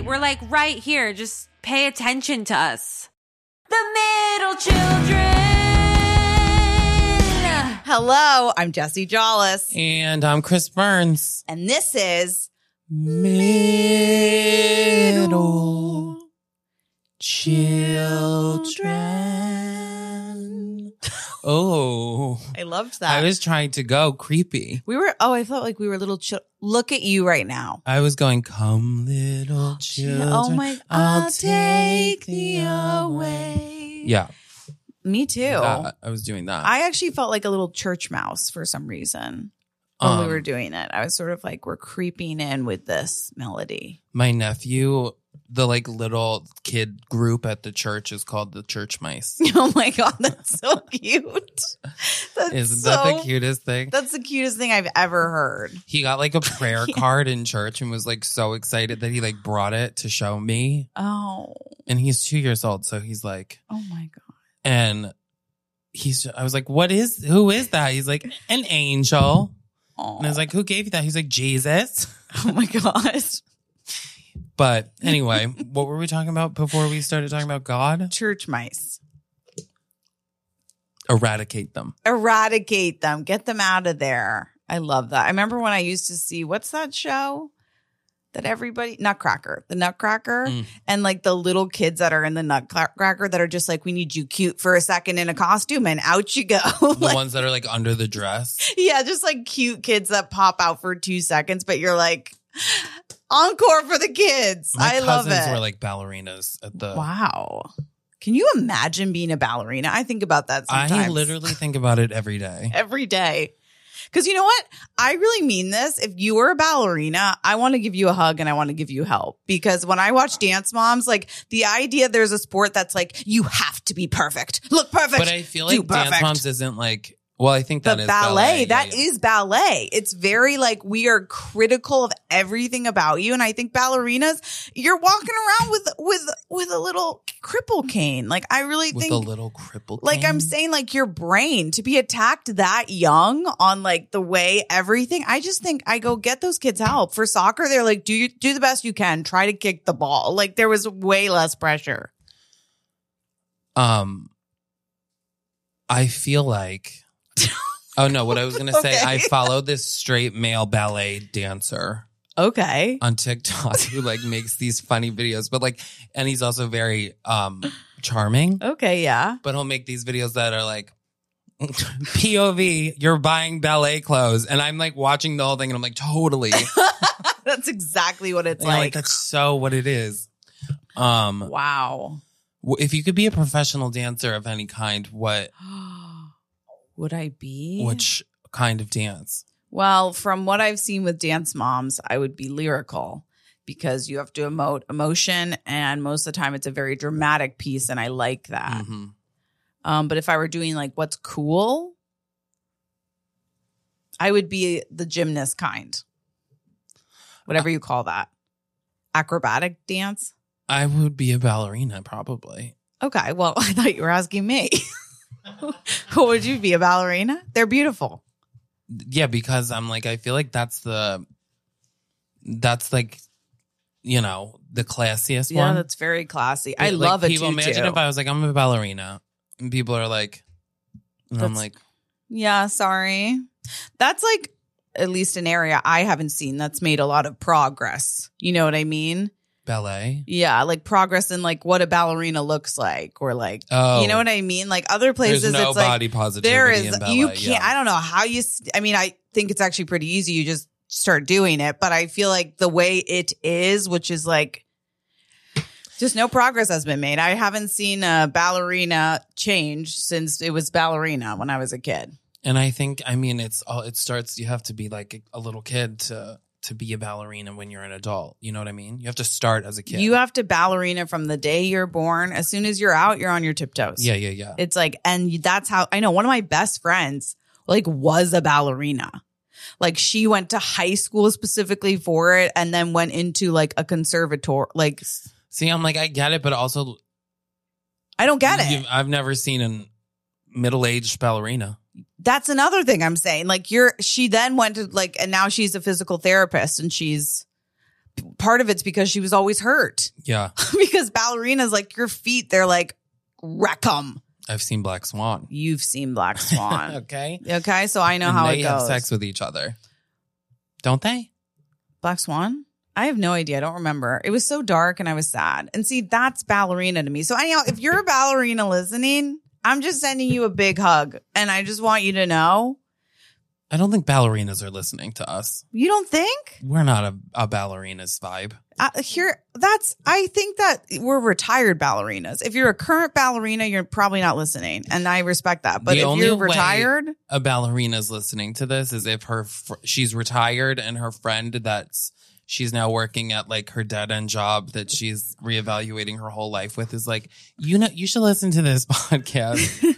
right here. Just pay attention to us. The middle children. Hello, I'm Jesse Jollis, And I'm Chris Burns. and this is Middle children. Oh, I loved that. I was trying to go creepy. we were. Oh, I felt like we were little. Ch- look at you right now. I was going, come little children. oh my! I'll take thee away. Yeah. Me too. that- I was doing that. I actually felt like a little church mouse for some reason when Um, we were doing it. I was sort of like, we're creeping in with this melody. my nephew, the like little kid group at the church is called the church mice. oh my god, that's so cute. That's Isn't so, that the cutest thing? That's the cutest thing I've ever heard. He got like a prayer card in church and was like so excited that he like brought it to show me. Oh, And he's two years old, so he's like, oh my god. and he's. I was like, what is? Who is that? He's like, an angel. Oh, And I was like, who gave you that? He's like, Jesus. oh my gosh. But anyway, what were we talking about before we started talking about God? Church mice. Eradicate them. eradicate them, get them out of there. I love that. I remember when I used to see what's that show that everybody Nutcracker, the Nutcracker, Mm. and like the little kids that are in the Nutcracker that are just like, we need you cute for a second in a costume, and out you go. The like, ones that are like under the dress. yeah, just like cute kids that pop out for two seconds, but you're like, encore for the kids. My I love cousins it. were like ballerinas at the. wow. Can you imagine being a ballerina? I think about that sometimes. I literally think about it every day. every day. Because you know what? I really mean this. If you were a ballerina, I want to give you a hug and I want to give you help. Because when I watch Dance Moms, like the idea there's a sport that's like, you have to be perfect, look perfect. But I feel do like dance perfect. moms isn't like. Well, I think that the is ballet, ballet. that is Yeah, yeah. ballet. It's very like we are critical of everything about you. And I think ballerinas, you're walking around with, with, with a little cripple cane. Like I really with think a little crippled. like I'm cane. saying, like your brain to be attacked that young on like the way everything. I just think I go get those kids help for soccer. They're like, do you do the best you can. Try to kick the ball. Like there was way less pressure. Um, I feel like. Oh no! What I was gonna say, I Okay. followed this straight male ballet dancer Okay. on TikTok who like makes these funny videos, but like, and he's also very um charming. Okay. Yeah. But he'll make these videos that are like. POV, you're buying ballet clothes. And I'm like watching the whole thing and I'm like, totally. That's exactly what it's And you're like. that's so what it is. Um, wow. w- if you could be a professional dancer of any kind, what Would I be? which kind of dance? Well, from what I've seen with dance moms, I would be lyrical because you have to emote emotion. And most of the time, it's a very dramatic piece. And I like that. hmm Um, but if I were doing like what's cool, I would be the gymnast kind, whatever Uh, you call that, acrobatic dance. I would be a ballerina probably. Okay, well, I thought you were asking me. Who would you be a ballerina? They're beautiful. Yeah, because I'm like I feel like that's the that's like you know the classiest Yeah, one. that's very classy. I Like, love it. People too, imagine too. if I was like I'm a ballerina, and people are like, and I'm That's- like, Yeah, sorry. That's like at least an area I haven't seen that's made a lot of progress. You know what I mean? ballet. Yeah, like progress in like what a ballerina looks like or like Oh, you know what I mean? Like other places there's no it's like body positivity there is in ballet. you can't yeah. I don't know how you s- I mean I think it's actually pretty easy you just start doing it, but I feel like the way it is, which is like just no progress has been made. I haven't seen a ballerina change since it was ballerina when I was a kid. And I think, I mean, it's all, it starts, you have to be like a little kid to, to be a ballerina when you're an adult. You know what I mean? You have to start as a kid. You have to ballerina from the day you're born. As soon as you're out, you're on your tiptoes. yeah, yeah, yeah. It's like, and that's how I know one of my best friends like was a ballerina. Like she went to high school specifically for it and then went into like a conservatory. Like s- See, I'm like, I get it, but also, I don't get it. you've- I've never seen a middle aged ballerina. That's another thing I'm saying. Like you're, she then went to like, and now she's a physical therapist and she's part of it's because she was always hurt. Yeah, because ballerinas, like your feet, they're like, wreck 'em. I've seen Black Swan. You've seen Black Swan. okay. okay. So I know And how they it have goes. sex with each other, don't they? Black Swan? I have no idea. I don't remember. It was so dark and I was sad. And see, that's ballerina to me. So, anyhow, if you're a ballerina listening, I'm just sending you a big hug. And I just want you to know I don't think ballerinas are listening to us. you don't think? We're not a, a ballerina's vibe. I, here, that's, I think that we're retired ballerinas. If you're a current ballerina, you're probably not listening. And I respect that. But The if only you're way- retired, A ballerina's listening to this is if her fr- she's retired and her friend that's she's now working at like her dead end job that she's reevaluating her whole life with is like you know you should listen to this podcast.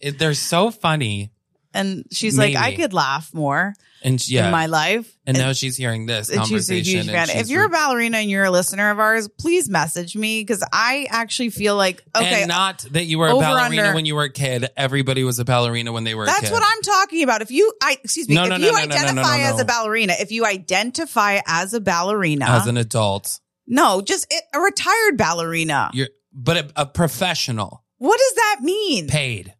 It- they're so funny and she's like, I Maybe. could laugh more and yeah, in my life. and now she's hearing this And she's a conversation. huge and fan. she's If you're a re- ballerina and you're a listener of ours, please message me because I actually feel like okay, and not that you were a Over, ballerina under. when you were a kid. Everybody was a ballerina when they were. a that's kid. what I'm talking about. If you, I excuse me, No, if no, no, you no, no, no, no, identify no, as a no. ballerina, if you identify as a ballerina, as an adult. no, just it, a retired ballerina. You're but a, a professional What does that mean? paid.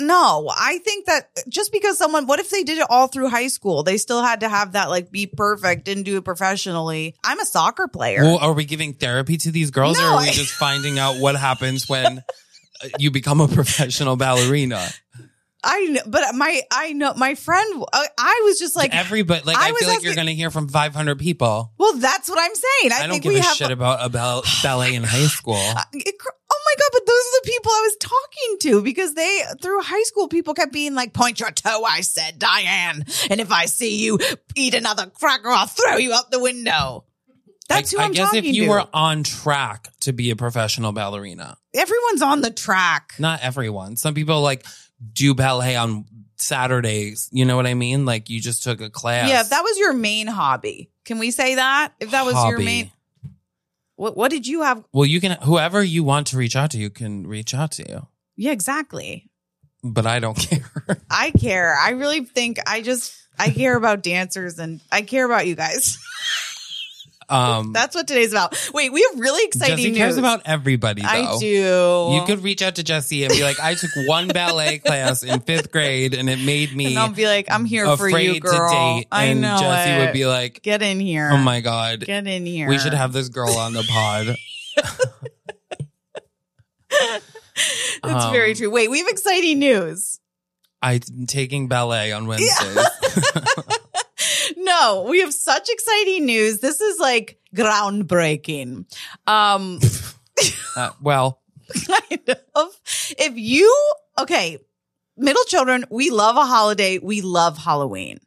No, I think that just because someone, what if they did it all through high school? They still had to have that like be perfect, didn't do it professionally. I'm a soccer player. Well, are we giving therapy to these girls, No, or are we I- just finding out what happens when uh, you become a professional ballerina? I know, but my I know my friend. I, I was just like, Everybody, like I I, was feel like asking- you're going to hear from 500 people. well, that's what I'm saying. I, I, don't think give we a have. shit about a ball- ballet in high school. it cr- oh my god! But those are the people I was talking to because they through high school people kept being like, "Point your toe," I said, Diane, and if I see you eat another cracker, I'll throw you out the window. That's Like, who I I'm guess talking if you to. were on track to be a professional ballerina, Everyone's on the track. not everyone. Some people like do ballet on Saturdays. You know what I mean? Like you just took a class. Yeah, if that was your main hobby, can we say that? If that was your Hobby. main, what what did you have? Well, you can whoever you want to reach out to, you can reach out to you. Yeah, exactly. But I don't care. I care. I really think I just I care about dancers and I care about you guys. Um That's what today's about. Wait, we have really exciting Jesse news. cares about everybody though. I do. You could reach out to Jesse and be like, I took one ballet class in fifth grade and it made me and I'll be like, I'm here for afraid you, girl. to date. I and know. Jesse it. would be like, Get in here. Oh my god. Get in here. We should have this girl on the pod. That's um, very true. Wait, we have exciting news. I'm taking ballet on Wednesdays. No, we have such exciting news. This is like groundbreaking. Um, Uh, well, kind of. If you, okay, middle children, we love a holiday. We love Halloween.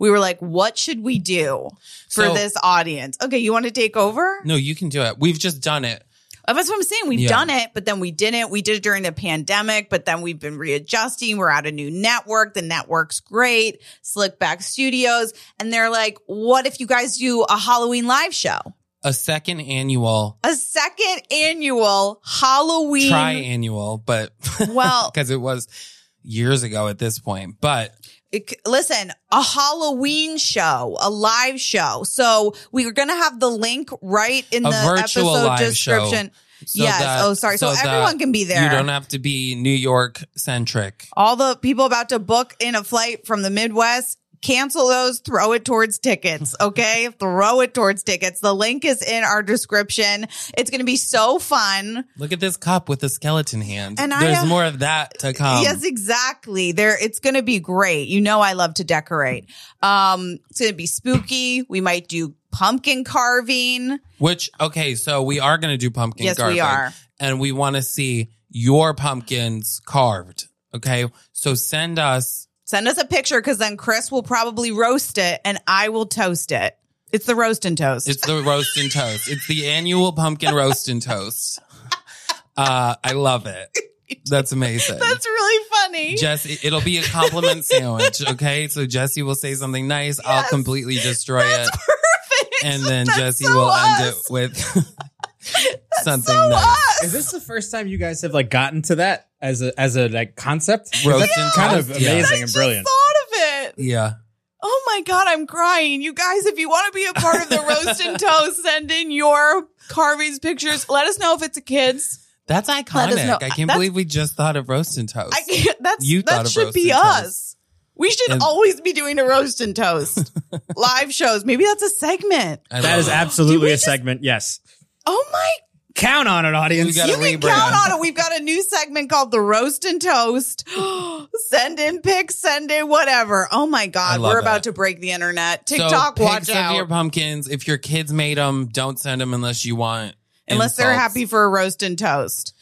We were like, what should we do for So- this audience? Okay, you want to take over? no, you can do it. We've just done it. Uh, That's what I'm saying. We've Yeah. done it, but then we didn't. We did it during the pandemic, but then we've been readjusting. We're at a new network. The network's great, Slickback Studios. And they're like, what if you guys do a Halloween live show? A second annual, A second annual Halloween. triannual, but Well, because it was years ago at this point. But It c- listen, a Halloween show, a live show. So we are going to have the link right in A the virtual episode live description. so yes. that- oh, sorry. So, that everyone can be there. You don't have to be New York centric. All the people about to book in a flight from the Midwest, cancel those, throw it towards tickets. Okay. throw it towards tickets. The link is in our description. It's going to be so fun. Look at this cup with the skeleton hand. And I There's have- more of that to come. yes, exactly. There, it's going to be great. You know, I love to decorate. Um, it's going to be spooky. We might do pumpkin carving. Which okay, so we are going to do pumpkin Yes, carving, we are. and we want to see your pumpkins carved. Okay, so send us. Send us a picture because then Chris will probably roast it and I will toast it. It's the roast and toast. It's the roast and toast. It's the annual pumpkin roast and toast. Uh, I love it. That's amazing. That's really funny. Jesse, it'll be a compliment sandwich, okay? So Jesse will say something nice. I'll Yes. completely destroy it. Perfect. and then That's Jesse so will end us. it with something so nice. us. Is this the first time you guys have like gotten to that as a as a like concept? 'Cause Roast that's and kind of toast, yeah. amazing I and just brilliant. thought of it. Yeah. Oh my God, I'm crying. You guys, if you want to be a part of the roast and toast, send in your carvings pictures. Let us know if it's a kid's. That's iconic. know. I can't That's- believe we just thought of roast and toast. I can't, that's, You thought that of should roast be and toast. us. We should And- always be doing a roast and toast live shows. Maybe that's a segment. I That love is it. absolutely Did we a just- segment. Yes. Oh my Count on it, We audience. gotta You can rebrand. count on it. We've got a new segment called the roast and toast. send in pics, send in whatever. Oh my I god, love we're about it. to break the internet. So, TikTok, pics watch of out. your pumpkins. If your kids made them, don't send them unless you want. Unless they're insults. happy for a roast and toast,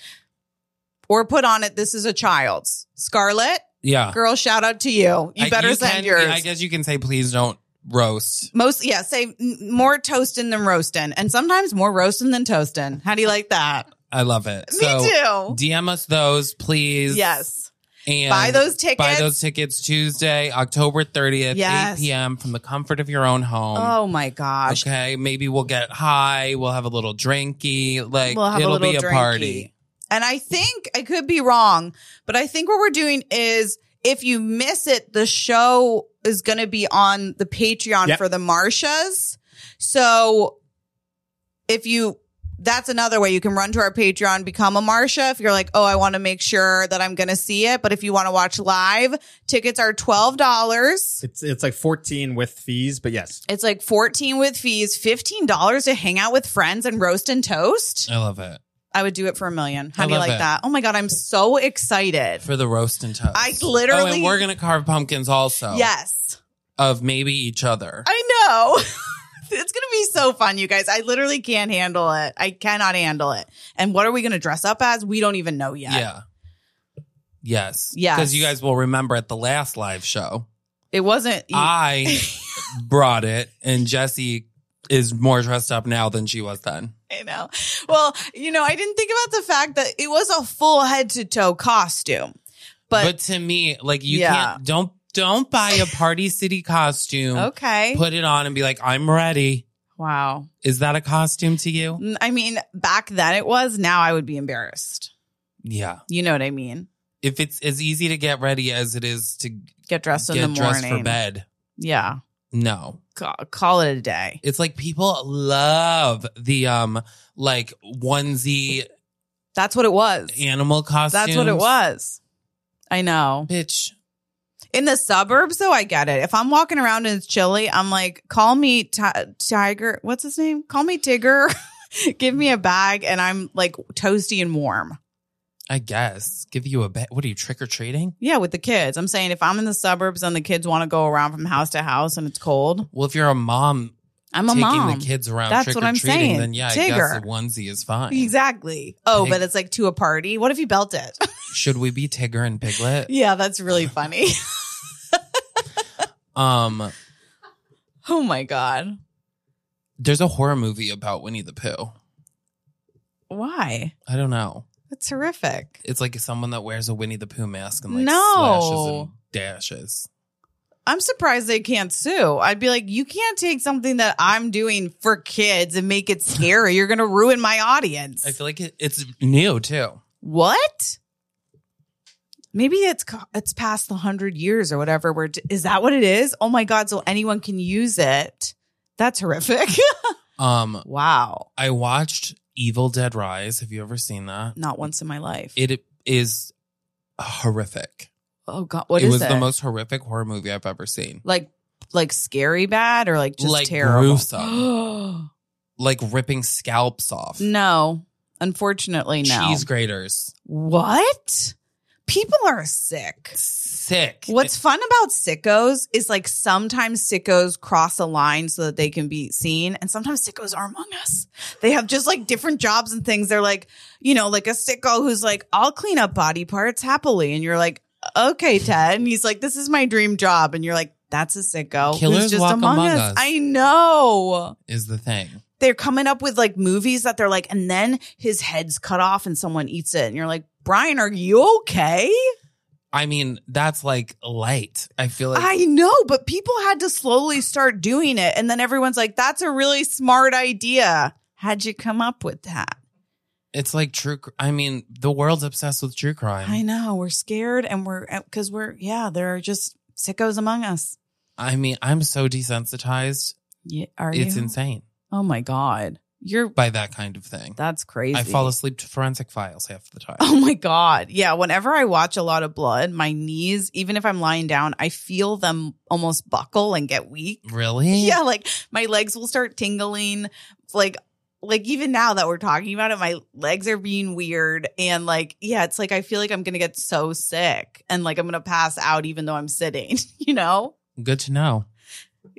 or put on it. This is a child's. Scarlett, Yeah. girl, shout out to you. You I- better send can- yours. I guess you can say, please don't roast. most yeah, say mm, more toasting than roasting, and sometimes more roasting than toasting. How do you like that? I love it. so, Me too. DM us those, please. Yes, And buy those tickets. Buy those tickets Tuesday, October 30th, Yes. 8 p.m. from the comfort of your own home. oh my gosh, Okay. Maybe we'll get high. We'll have a little drinky. Like, we'll have it'll a little be a drinky. party. And I think I could be wrong, but I think what we're doing is if you miss it, the show is going to be on the Patreon Yep. for the Marshas. So if you that's another way you can run to our Patreon, become a Marsha. If you're like, oh, I want to make sure that I'm going to see it. But if you want to watch live, tickets are $12. It's it's like 14 with fees, but yes. It's like 14 with fees, $15 to hang out with friends and roast and toast. I love it. I would do it for a million. How I do you love like it. that? Oh my god, I'm so excited. For the roast and toast. I literally- Oh, and we're going to carve pumpkins also. Yes, Of maybe each other. I know. it's gonna be so fun, you guys. I literally can't handle it. I cannot handle it. And what are we gonna dress up as? We don't even know yet. Yeah. Yes. Yes. Because you guys will remember at the last live show, It wasn't. I brought it, and Jesse is more dressed up now than she was then. I know. Well, you know, I didn't think about the fact that it was a full head to toe costume, But, but, to me, like you Yeah. can't don't don't buy a party city costume, okay. put it on, and be like, I'm ready. wow. Is that a costume to you? Mm, I mean, back then it was. Now I would be embarrassed. Yeah. You know what I mean? If it's as easy to get ready as it is to Get dressed in get the dressed morning. for bed, Yeah. no. Ca- call it a day. It's like people love the um like onesie That's what it was. animal costumes. That's what it was. I know. Bitch, In the suburbs, though, I get it. If I'm walking around and it's chilly, I'm like, call me ti- Tiger. What's his name? Call me Tigger. Give me a bag, and I'm like toasty and warm. I guess. Give you a bet. What are you trick or treating? Yeah, with the kids. I'm saying if I'm in the suburbs and the kids want to go around from house to house and it's cold, Well, if you're a mom I'm a taking mom. the kids around That's trick what or I'm treating, saying. then yeah, I guess Tigger. a onesie is fine. Exactly. Oh, Pig- but it's like to a party. What if you belt it? Should we be Tigger and Piglet? yeah, that's really funny. Um, oh my god. there's a horror movie about Winnie the Pooh. Why? I don't know. That's horrific. It's like someone that wears a Winnie the Pooh mask and like No. slashes and dashes. I'm surprised they can't sue. I'd be like, you can't take something that I'm doing for kids and make it scary. You're going to ruin my audience. I feel like it, it's new too. what? Maybe it's co- it's past the hundred years or whatever. Where is that what it is? Oh my god! So anyone can use it. That's horrific. Um, wow. I watched Evil Dead Rise. Have you ever seen that? Not once in my life. It is horrific. oh god, what it is was it? the most horrific horror movie I've ever seen. like like scary bad or like just Like terrible. gruesome. Like ripping scalps off. no, unfortunately, no. Cheese graters. What? People are sick. Sick. What's fun about sickos is like sometimes sickos cross a line so that they can be seen, and sometimes sickos are among us. They have just like different jobs and things. They're like, you know, like a sicko who's like, I'll clean up body parts happily. And you're like, okay, Ted. And he's like, this is my dream job. And you're like, that's a sicko. Killers who's just walk among, among us. us. I know is the thing. they're coming up with like movies that they're like, and then his head's cut off and someone eats it. And you're like, Brian, are you okay? I mean, that's like light. I feel like I know, but people had to slowly start doing it. And then everyone's like, that's a really smart idea. How'd you come up with that? it's like true. cr- I mean, the world's obsessed with true crime. uh, I know. We're scared and we're, because we're, yeah, there are just sickos among us. I mean, I'm so desensitized. Yeah, are It's you? insane oh my god, you're by that kind of thing. that's crazy. I fall asleep to forensic files half the time. Oh my God. Yeah. Whenever I watch a lot of blood, my knees, even if I'm lying down, I feel them almost buckle and get weak. Really? Yeah. Like my legs will start tingling. Like, like even now that we're talking about it, my legs are being weird. And like, yeah, it's like I feel like I'm going to get so sick and like I'm going to pass out even though I'm sitting, you know? Good to know.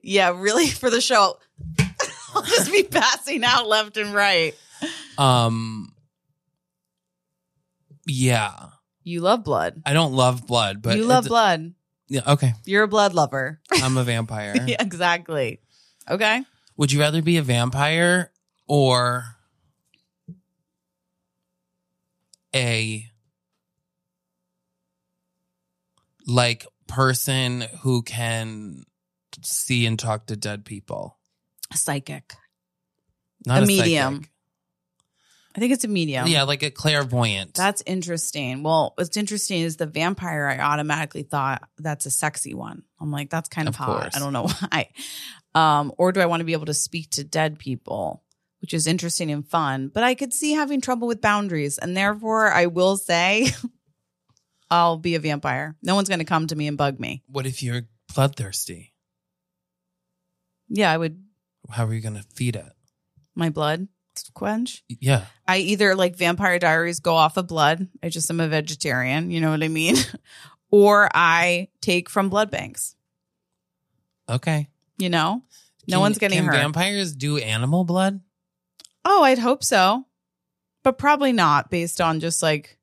Yeah. Really for the show, I'll just be passing out left and right. Um. Yeah, You love blood. I don't love blood, but you love it's- blood. Yeah, okay, You're a blood lover. I'm a vampire. yeah, exactly. Okay. Would you rather be a vampire or a like person who can see and talk to dead people? Psychic. Not A a, medium. psychic. I think it's a medium. Yeah, like a clairvoyant. That's interesting. Well, what's interesting is the vampire, I automatically thought that's a sexy one. I'm like, that's kind of, Of hot. course. I don't know why. Um, or do I want to be able to speak to dead people, which is interesting and fun, but I could see having trouble with boundaries. And therefore, I will say I'll be a vampire. No one's going to come to me and bug me. what if you're bloodthirsty? Yeah, I would, How are you going to feed it? my blood quench. Yeah. I either like Vampire Diaries go off of blood. I just am a vegetarian. You know what I mean? or I take from blood banks. Okay. You know? No Can- one's getting can hurt. Vampires do animal blood. oh, I'd hope so, but probably not. Based on just like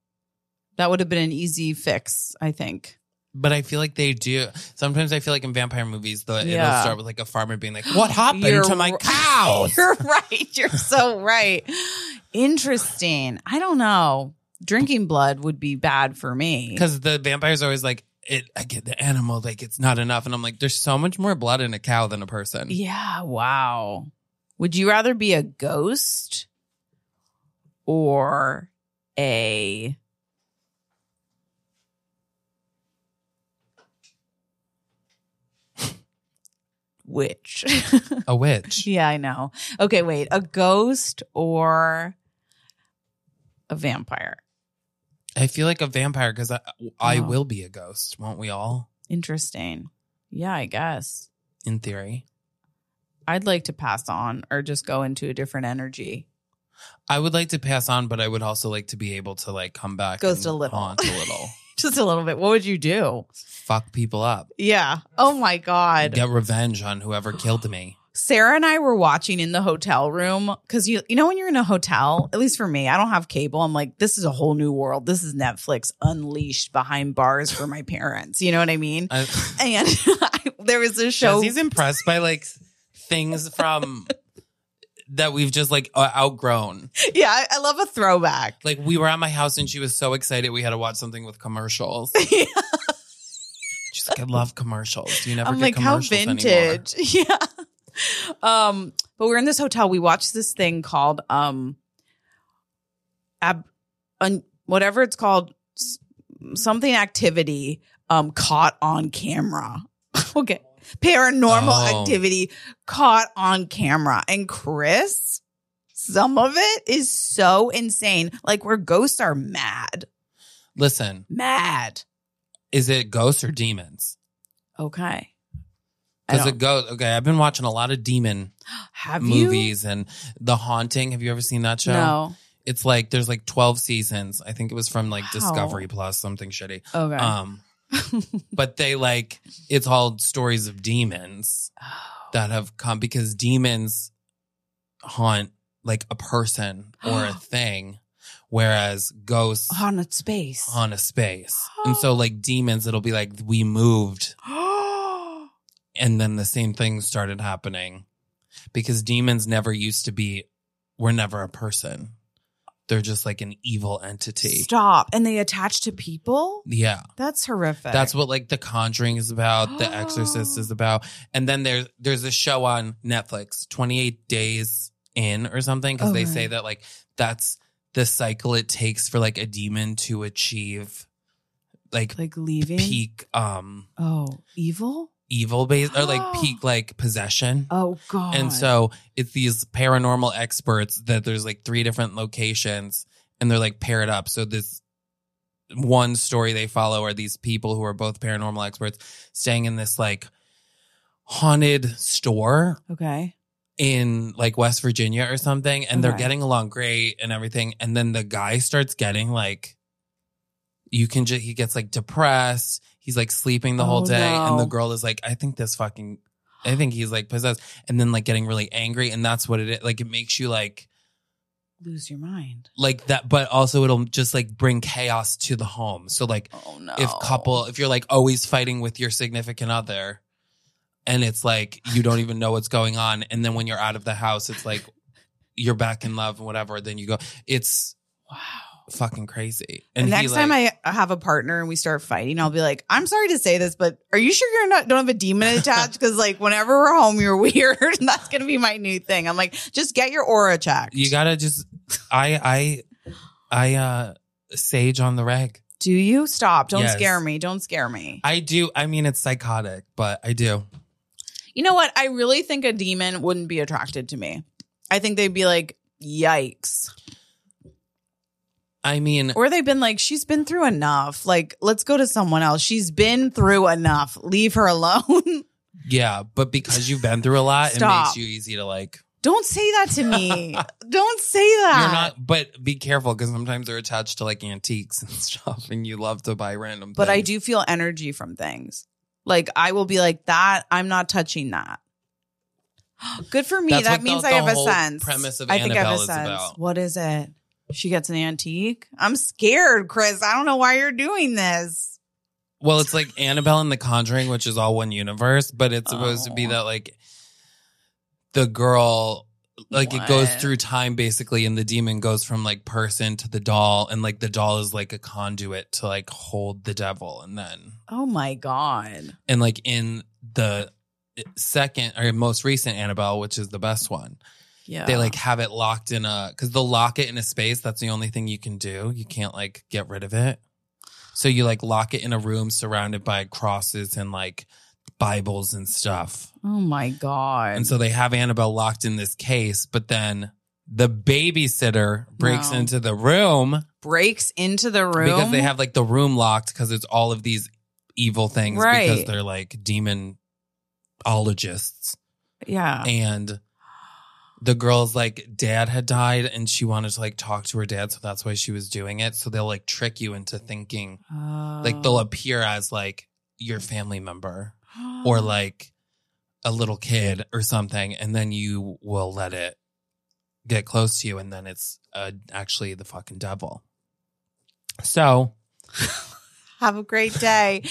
that would have been an easy fix. I think. But I feel like they do. Sometimes I feel like in vampire movies, the it'll Yeah. start with like a farmer being like, "What happened You're to my r- cows?" You're right. You're so right. Interesting. I don't know. Drinking blood would be bad for me. Because the vampire's always like, "It, I get the animal, like it's not enough," and I'm like, "There's so much more blood in a cow than a person." Yeah, wow. Would you rather be a ghost or a witch? A witch. yeah, I know. Okay, wait. A ghost or a vampire? I feel like a vampire because I, I Oh. will be a ghost, won't we all? Interesting. Yeah, I guess. In theory, I'd like to pass on or just go into a different energy. I would like to pass on, but I would also like to be able to like come back, Ghost a and little. haunt a little, Just a little bit. What would you do? fuck people up, Yeah. Oh my God. get revenge on whoever killed me. Sarah and I were watching in the hotel room because you you know when you're in a hotel, at least for me, I don't have cable. I'm like, this is a whole new world. This is Netflix unleashed behind bars for my parents. You know what I mean? I- And I, there was a show. He's impressed by like things from that we've just like o- outgrown. Yeah, I, I love a throwback. Like we were at my house and she was so excited we had to watch something with commercials. She's like, I love commercials. You never I'm get like, how commercials anymore. vintage. Yeah. Um, but we're in this hotel. We watched this thing called um ab un, whatever it's called s- something activity um caught on camera. okay. Paranormal Oh. activity caught on camera. And Chris, some of it is so insane. Like where ghosts are mad. Listen, Mad. is it ghosts or demons? Okay. I Because a don't- ghost. Okay, I've been watching a lot of demon Have you? movies and The Haunting. Have you ever seen that show? No. It's like there's like 12 seasons. I think it was from like Wow. Discovery Plus, something shitty. Okay. Um, but they like it's all stories of demons that have come because demons haunt like a person or a thing, whereas ghosts haunted space. haunt a space. And so, like demons, it'll be like we moved, and then the same thing started happening because demons never used to be. We're never a person; they're just like an evil entity. Stop. And they attach to people? Yeah. That's horrific. That's what like The Conjuring is about, The Exorcist is about, and then there's there's a show on Netflix, Twenty Eight Days In or something, because they Okay. say that like that's the cycle it takes for like a demon to achieve like, like leaving. peak um Oh, evil? evil based or like peak like possession. Oh God. And so it's these paranormal experts that there's like three different locations and they're like paired up. So this one story they follow are these people who are both paranormal experts staying in this like haunted store Okay. in like West Virginia or something and they're Okay. getting along great and everything and then the guy starts getting like you can just he gets like depressed he's like sleeping the whole Oh, day and the no. girl is like I think this fucking I think he's like possessed and then like getting really angry and that's what it is like it makes you like Lose your mind. like that but also it'll just like bring chaos to the home so like Oh no. if couple if you're like always fighting with your significant other and it's like you don't even know what's going on and then when you're out of the house it's like you're back in love and whatever then you go it's Wow. fucking crazy And he, next time like- I have a partner and we start fighting, I'll be like, "I'm sorry to say this, but are you sure you're not don't have a demon attached? Because like whenever we're home, you're weird. and that's gonna be my new thing. I'm like, just get your aura checked. you gotta just i i i uh sage on the reg Do you stop? Don't Yes. scare me. Don't scare me. i do i mean it's psychotic but i do You know what? I really think a demon wouldn't be attracted to me. I think they'd be like, yikes. i mean Or they've been like, she's been through enough. Like, let's go to someone else. She's been through enough. Leave her alone. yeah but because you've been through a lot it Stop. makes you easy to like Don't say that to me. Don't say that. You're not, but be careful because sometimes they're attached to like antiques and stuff, and you love to buy random. but I things. do feel energy from things. Like, I will be like, that, I'm not touching that. Good for me. That's that what means the- I the have a whole sense. premise of I think I have a Annabelle is sense. about. What is it? She gets an antique. I'm scared, Chris. I don't know why you're doing this. Well, it's like Annabelle and The Conjuring, which is all one universe, but it's supposed to be Oh. that like the girl, like it goes What? through time basically, and the demon goes from like person to the doll, and like the doll is like a conduit to like hold the devil, and then Oh my god. and like in the eh, second or most recent Annabelle, which is the best one. Yeah. they like have it locked in a because they'll lock it in a space that's the only thing you can do you can't like get rid of it so you like lock it in a room surrounded by crosses and like bibles and stuff Oh my god. and so they have annabelle locked in this case but then the babysitter breaks No. into the room, breaks into the room because they have like the room locked because it's all of these evil things because Right. they're like demonologists Yeah. and the girl's like dad had died and she wanted to like talk to her dad so that's why she was doing it so they'll like trick you into thinking like Oh. they'll appear as like your family member Oh. or like a little kid or something and then you will let it get close to you and then it's uh, actually the fucking devil so have a great day.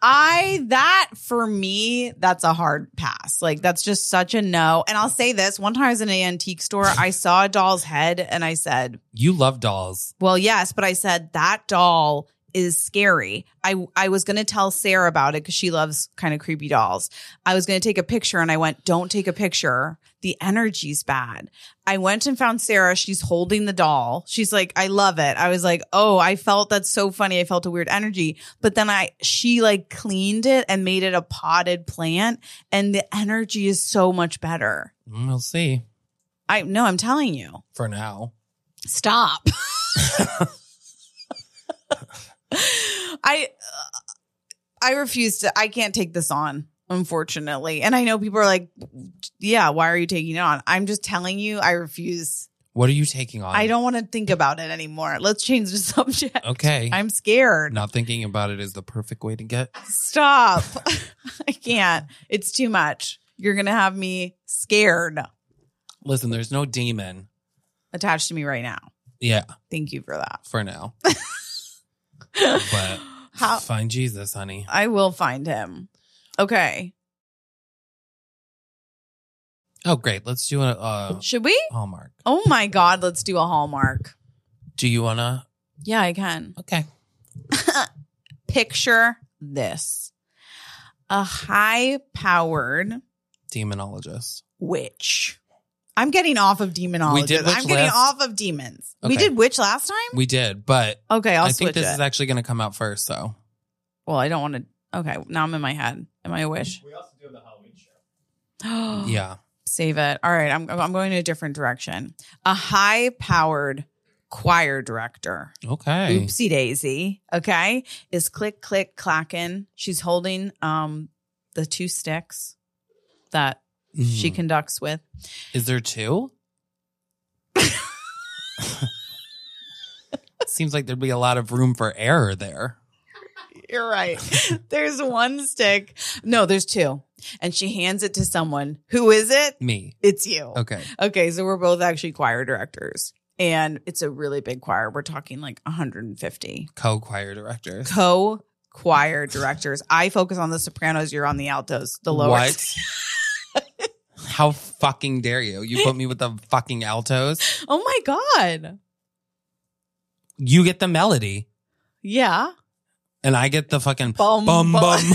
I that for me, that's a hard pass. Like that's just such a no. And I'll say this, one time I was in an antique store, I saw a doll's head and I said, you love dolls Well, yes, but I said that doll is scary. I I was going to tell Sarah about it cuz she loves kind of creepy dolls. I was going to take a picture and I went, "Don't take a picture. The energy's bad." I went and found Sarah. She's holding the doll. She's like, "I love it." I was like, "Oh, I felt that's so funny. I felt a weird energy." But then I she like cleaned it and made it a potted plant and the energy is so much better. Mm, we'll see I no, I'm telling you. for now Stop. I uh, I refuse to. I can't take this on, unfortunately. And I know people are like, "Yeah, why are you taking it on?" I'm just telling you, I refuse. what are you taking on I don't want to think about it anymore. Let's change the subject. okay I'm scared. not thinking about it is the perfect way to get Stop. I can't. It's too much. You're gonna have me scared Listen, there's no demon. attached to me right now. Yeah, Thank you for that. for now. but How find Jesus, honey. I will find him. Okay. Oh, great. Let's do a uh, Should we? hallmark. Oh my God, let's do a Hallmark. Do you wanna? Yeah, I can. Okay. Picture this a high powered Demonologist. witch. I'm getting off of demonology. We did witch I'm getting last- off of demons. We Okay. did witch last time? We did, but Okay, I'll i think switch this it. is actually gonna come out first. So well, I don't want to. Okay, now I'm in my head. Am I a wish? We also do have the Halloween show. Yeah. Save it. All right, I'm I'm going in a different direction. A high powered choir director. Okay. Oopsie daisy. Okay, is click click clacking. She's holding um the two sticks that she Mhm. conducts with. Is there two? Seems like there'd be a lot of room for error there. You're right. there's one stick. No, there's two, and she hands it to someone. Who is it? Me. It's you. Okay. Okay, so we're both actually choir directors, and it's a really big choir. We're talking like 150 Co choir director. co choir directors. I focus on the sopranos, you're on the altos, the lowers. What? How fucking dare you? You put me with the fucking altos. Oh my God. You get the melody, Yeah. and I get the fucking Bum, bum bum. bum.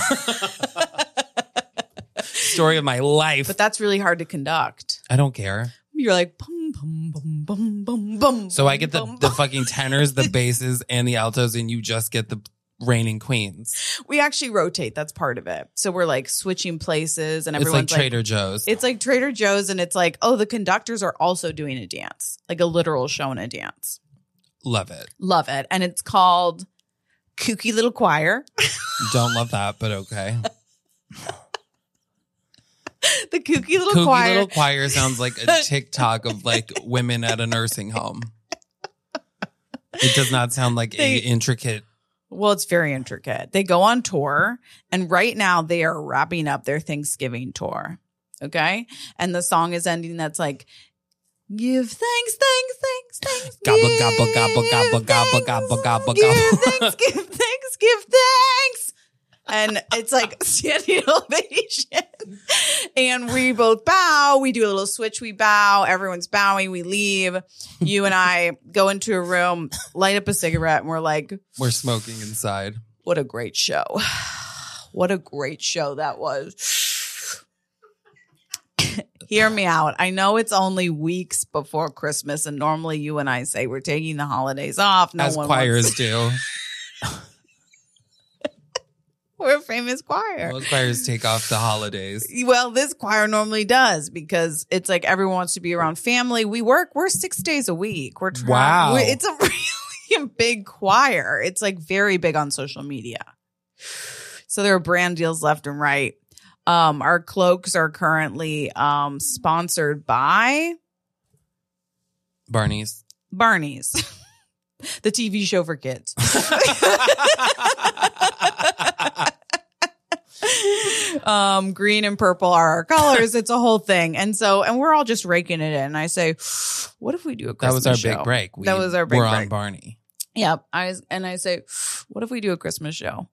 Story of my life. But that's really hard to conduct. I don't care. You're like, bum, bum, bum, bum, bum, bum. So I get the, bum, the bum. fucking tenors, the basses, and the altos, and you just get the reigning queens. We actually rotate. That's part of it. So we're like switching places and It's everyone's like Trader Joe's. It's like Trader Joe's, and it's like, oh, the conductors are also doing a dance, like a literal show and a dance. Love it. Love it. And it's called Kooky Little Choir. Don't love that, but okay. The Kooky Little Kooky Choir. Little Choir sounds like a TikTok of like women at a nursing home. It does not sound like They- a intricate. well, it's very intricate. They go on tour, and right now they are wrapping up their Thanksgiving tour. Okay. And the song is ending that's like, Give thanks, thanks, thanks, thanks. Gobble, give gobble, gobble, gobble, gobble, gobble, gobble, thanks, gobble. Give thanks, give thanks, give thanks. And it's like standing ovation. And we both bow. We do a little switch. We bow. Everyone's bowing. We leave. You and I go into a room, light up a cigarette, and we're like, We're smoking inside. what a great show. What a great show that was. Hear me out. I know it's only weeks before Christmas, and normally you and I say we're taking the holidays off. No as one choirs wants- do. we're a famous choir. Most choirs take off the holidays. Well, this choir normally does because it's like everyone wants to be around family. We work, we're six days a week. We're trying, Wow. we- it's a really big choir. It's like very big on social media. So there are brand deals left and right. Um, our cloaks are currently um, sponsored by Barney's. Barney's, the TV show for kids. um, green and purple are our colors. It's a whole thing. And so, and we're all just raking it in. I say, what if we do a that Christmas was our show? big break. We That was our big We're on break. Barney. Yep. I, and I say, what if we do a Christmas show?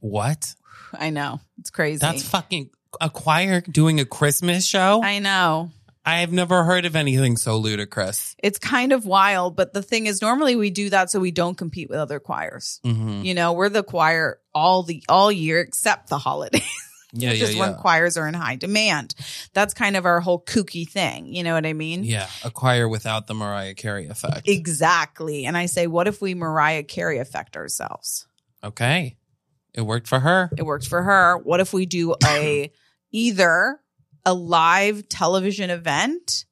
What? I know. It's crazy. That's fucking a choir doing a Christmas show? I know. I have never heard of anything so ludicrous. It's kind of wild, but the thing is normally we do that so we don't compete with other choirs. Mm-hmm. You know, we're the choir all the all year except the holidays. Yeah, which yeah, is yeah. when choirs are in high demand. That's kind of our whole kooky thing. You know what I mean? yeah, a choir without the Mariah Carey effect. Exactly. And I say, what if we Mariah Carey affect ourselves? Okay. It worked for her. It worked for her. What if we do a either a live television event?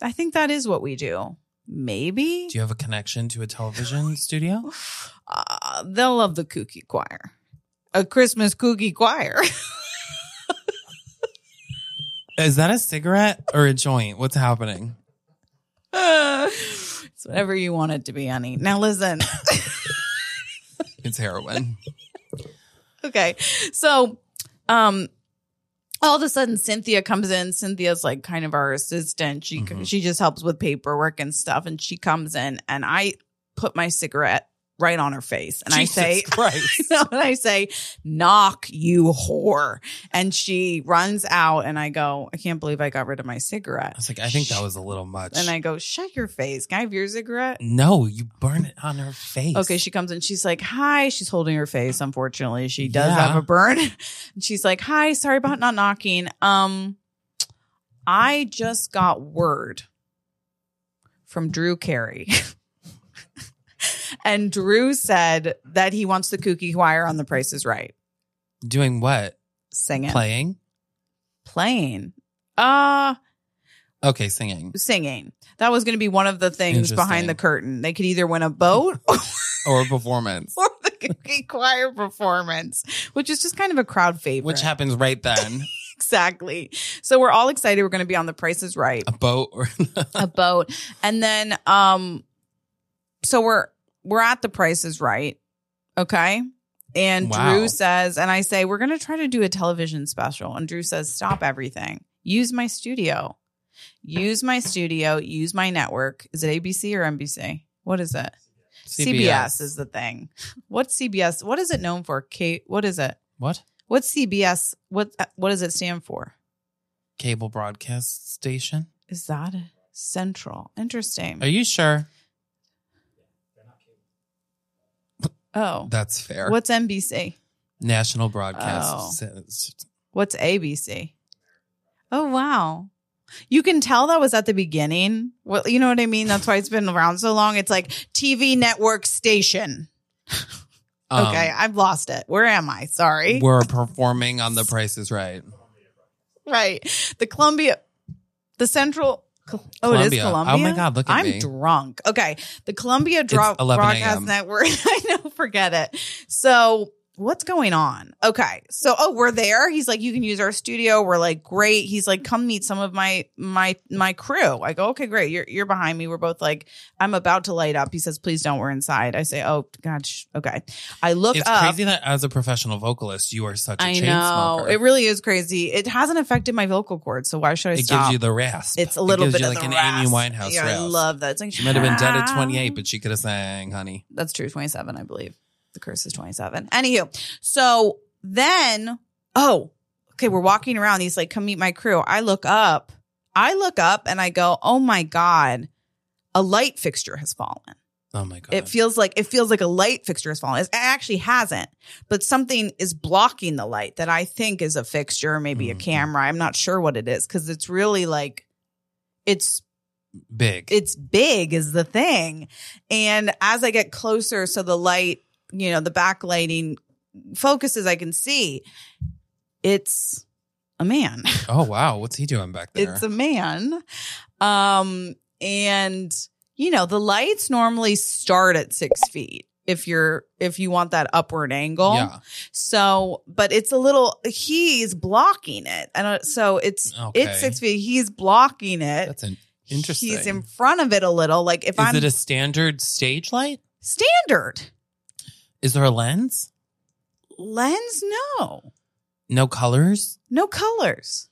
I think that is what we do. Maybe Do you have a connection to a television studio? uh, they'll love the kooky choir, a Christmas kooky choir. Is that a cigarette or a joint? What's happening? it's whatever you want it to be, honey. Now listen. It's heroin. okay. So, um, all of a sudden Cynthia comes in. Cynthia's like kind of our assistant. She Mhm. she just helps with paperwork and stuff. And she comes in, and I put my cigarette right on her face, and Jesus I say. Christ. No, and I say, knock you whore. And she runs out and I go, I can't believe I got rid of my I cigarette. was like, I think that was a little much. And I go, shut your face. Can I have your cigarette? no, you burn it on her face. Okay, she comes in. She's like, "Hi." She's holding her face. Unfortunately, she does Yeah. have a burn. And she's like, "Hi, sorry about not knocking. Um, I just got word from Drew Carey, and Drew said that he wants the kooky choir on The Price Is Right. doing what? Singing. Playing? Playing. Uh Okay, singing. singing. That was gonna be one of the things behind the Interesting. curtain. They could either win a boat Or a performance. or the Kentucky choir performance, which is just kind of a crowd favorite. Which happens right then. exactly. So we're all excited. We're gonna be on the Price is Right. A boat or a boat and then um so we're we're at the prices right okay and Wow. drew says and i say we're going to try to do a television special and drew says stop everything use my studio use my studio use my network is it abc or nbc what is it cbs, is the thing what's cbs what is it known for kate what is it What? what's cbs what uh, what does it stand for Cable broadcast station? is that central interesting Are you sure? oh That's fair. What's NBC? National broadcast. Oh. says- What's ABC? Oh wow. You can tell that was at the beginning. Well, you know what I mean? That's why it's been around so long. It's like TV network station. Um, okay, I've lost it. Where am I? Sorry. We're performing on The Price is Right. Right. The Columbia the Central oh, it is Columbia. Columbia. Oh, my God, look at I'm me. drunk. Okay. The Columbia Dro- 11 a.m. Broadcast Network. I know, forget it. So what's going on? Okay. So oh, we're there. He's like, you can use our studio. We're like, great. He's like, come meet some of my my my crew. I go, okay, great. You're you're behind me. We're both like, I'm about to light up. He says, please don't. We're inside. I say, oh gosh, okay. I look It's up. crazy that as a professional vocalist, you are such a I chain know. smoker. It really is crazy. It hasn't affected my vocal cords, so why should I It stop? gives you the rasp. it's a little it gives bit you of like the an rasp. Amy Winehouse Yeah, rasp. I love that. It's like She might have been dead at "Ah." 28, but she could have sang, honey. That's true. 27, I believe. The curse is 27. Anywho, so then, oh, okay, we're walking around. He's like, come meet my crew. I look up. I look up and I go, oh my God, a light fixture has fallen. Oh my god. It feels like it feels like a light fixture has fallen. It actually hasn't, but something is blocking the light that I think is a fixture, maybe a Mhm. camera. I'm not sure what it is because it's really like it's Big. it's big is the thing. And as I get closer, so the light, you know, the backlighting focuses, I can see it's a man. oh wow, what's he doing back there? It's a man. Um, and you know, the lights normally start at six feet if you're if you want that upward angle. yeah. So, but it's a little he's blocking it. And uh, so it's Oh, Okay. it's six feet. He's blocking it. That's an interesting. He's in front of it a little. Like if is I'm it a standard stage light? standard Is there a lens? lens, no. No colors? No colors.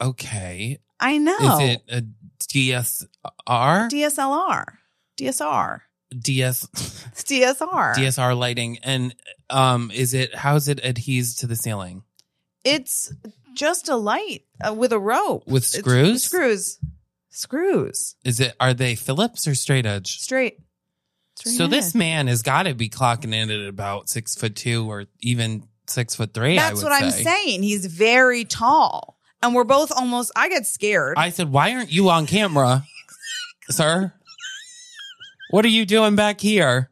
Okay. I know. Is it a DSR? DSLR. DSR. DS It's DSR. DSR lighting and um is it how's it adheres to the ceiling? It's just a light uh, with a rope With It's- screws? screws, screws, Is it are they Phillips or straight edge? straight. Straight So this in. man has got to be clocking in at about six foot two or even six foot three. I that's would what I'm say. saying. He's very tall, and we're both almost. I get scared. I said, "Why aren't you on camera, sir? What are you doing back here?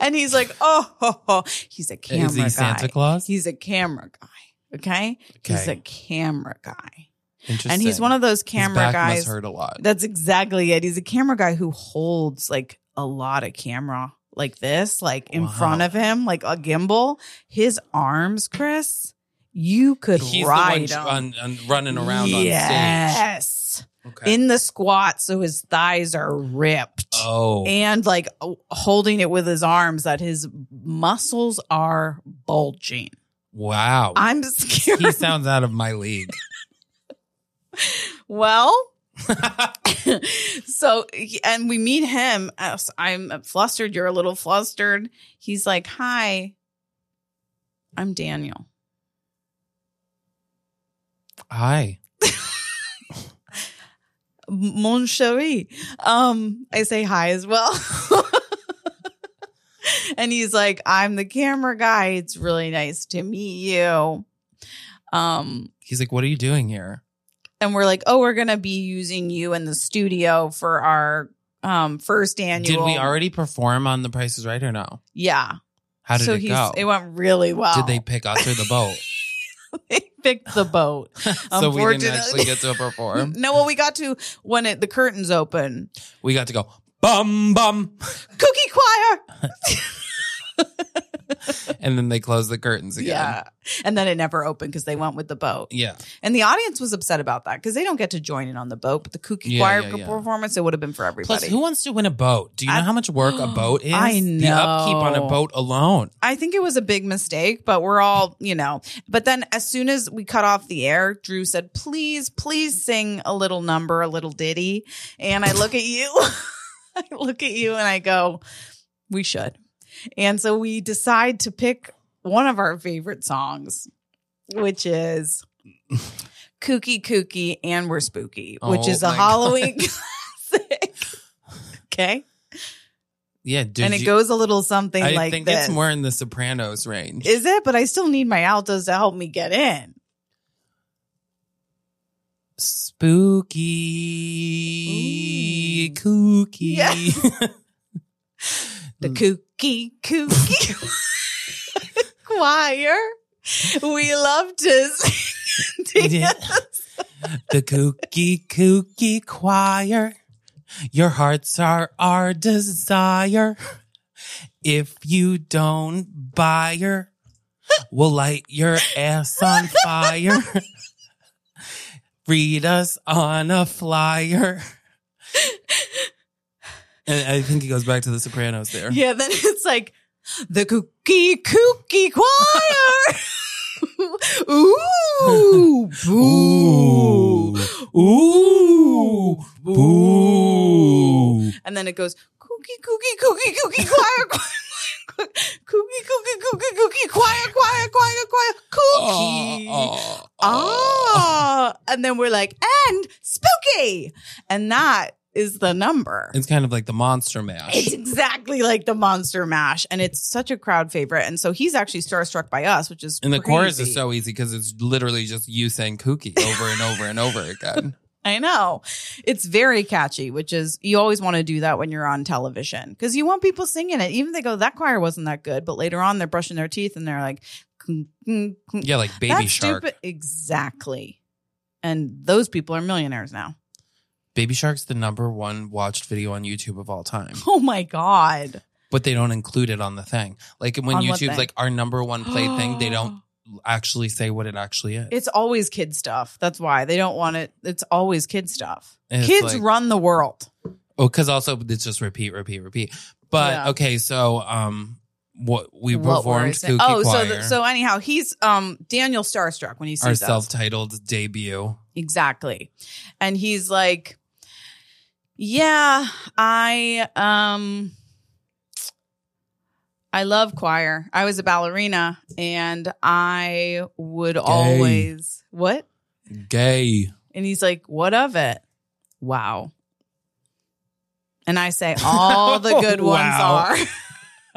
and he's like, oh, ho, ho." he's a camera Is he guy. Santa Claus? He's a camera guy. Okay, he's Okay. a camera guy, Interesting. and he's one of those His camera back guys. Must hurt a lot. That's exactly it. He's a camera guy who holds like a lot of camera like this, like in Wow. front of him, like a gimbal. His arms, Chris, you could He's ride the 'em. one run, un- running around on stage. yes. Okay. in the squat, so his thighs are ripped. oh, And like o- holding it with his arms, that his muscles are bulging. wow. I'm scared. he sounds out of my league. well, so and we meet him Uh, so i'm flustered you're a little flustered he's like hi i'm daniel Hi. mon chéri um i say hi as well and he's like i'm the camera guy it's really nice to meet you um He's like, "What are you doing here?" and we're like oh we're gonna be using you in the studio for our um first annual Did we already perform on The Price Is Right or no? yeah How did so it go? it went really well. Did they pick us or the boat? they picked the boat? so we didn't actually Unfortunately. get to perform. no, well, we got to when it the curtains open. We got to go bum bum, Cookie choir. and then they closed the curtains again. Yeah, and then it never opened because they went with the boat, Yeah. and the audience was upset about that because they don't get to join in on the boat. But the kooky Yeah, choir yeah, yeah. performance, it would have been for everybody. Plus, who wants to win a boat? Do you I- know how much work a boat is? I The upkeep on a know. boat alone. I think it was a big mistake, but we're all, you know. But then as soon as we cut off the air, Drew said, please, please sing a little number, a little ditty. And I look at you, I look at you and I go, we should. And so we decide to pick one of our favorite songs, which is Kooky Kooky and We're Spooky, which Oh is a my God. Halloween classic. Okay. Yeah. Did and it you- goes a little something I like think this. it's more in the Sopranos range. Is it? But I still need my altos to help me get in. Spooky, kooky. Yeah. The kooky kooky choir. We love to sing. Yeah. the kooky kooky choir. Your hearts are our desire. If you don't buy her, we'll light your ass on fire. Read us on a flyer. And I think he goes back to the Sopranos there. yeah, then it's like the kooky kooky choir. Ooh, boo. Ooh. Ooh. And then it goes kooky kooky kooky kooky choir. choir, Kooky, kooky, kooky, kooky, choir, choir, choir, choir, kooky. Oh, oh, Oh. oh. And then we're like, and spooky. And that is the number. It's kind of like the monster mash. It's exactly like the Monster Mash. And it's such a crowd favorite. And so he's actually starstruck by us, which is And the crazy. chorus is so easy because it's literally just you saying kooky over and over and over again. I know. It's very catchy, which is you always want to do that when you're on television because you want people singing it. Even if they go, that choir wasn't that good. But later on, they're brushing their teeth and they're like, "Kung, kung, kung." Yeah, like Baby That's Shark. stupid. Exactly. And those people are millionaires now. Baby Shark's the number one watched video on YouTube of all time, Oh my God. but they don't include it on the thing. Like when On what YouTube's thing? like our number one plaything, they don't actually say what it actually is. It's always kid stuff. That's why they don't want it. It's always kid stuff. And it's Kids like- run the world. Oh, because also it's just repeat, repeat, repeat. But Yeah. okay, so um, what we What were I performed saying? Kooky Oh, Choir, so the, so anyhow, he's um Daniel starstruck when he our sees us. self-titled debut. Exactly. And he's like, Yeah, I um I love choir. I was a ballerina and I would always what? Gay. And he's like, What of it? Wow. And I say, All the good Wow. ones are.